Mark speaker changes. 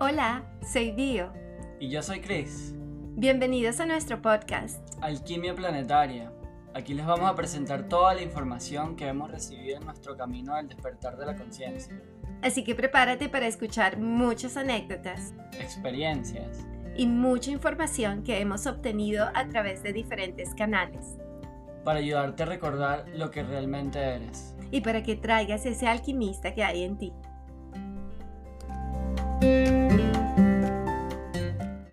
Speaker 1: Hola, soy Dio.
Speaker 2: Y yo soy Chris,
Speaker 1: Bienvenidos a nuestro podcast.
Speaker 2: Alquimia Planetaria. Aquí les vamos a presentar toda la información que hemos recibido en nuestro camino al despertar de la conciencia,
Speaker 1: Así que prepárate para escuchar muchas anécdotas
Speaker 2: experiencias,
Speaker 1: y mucha información que hemos obtenido a través de diferentes canales.
Speaker 2: para ayudarte a recordar lo que realmente eres.
Speaker 1: Y para que traigas ese alquimista que hay en ti.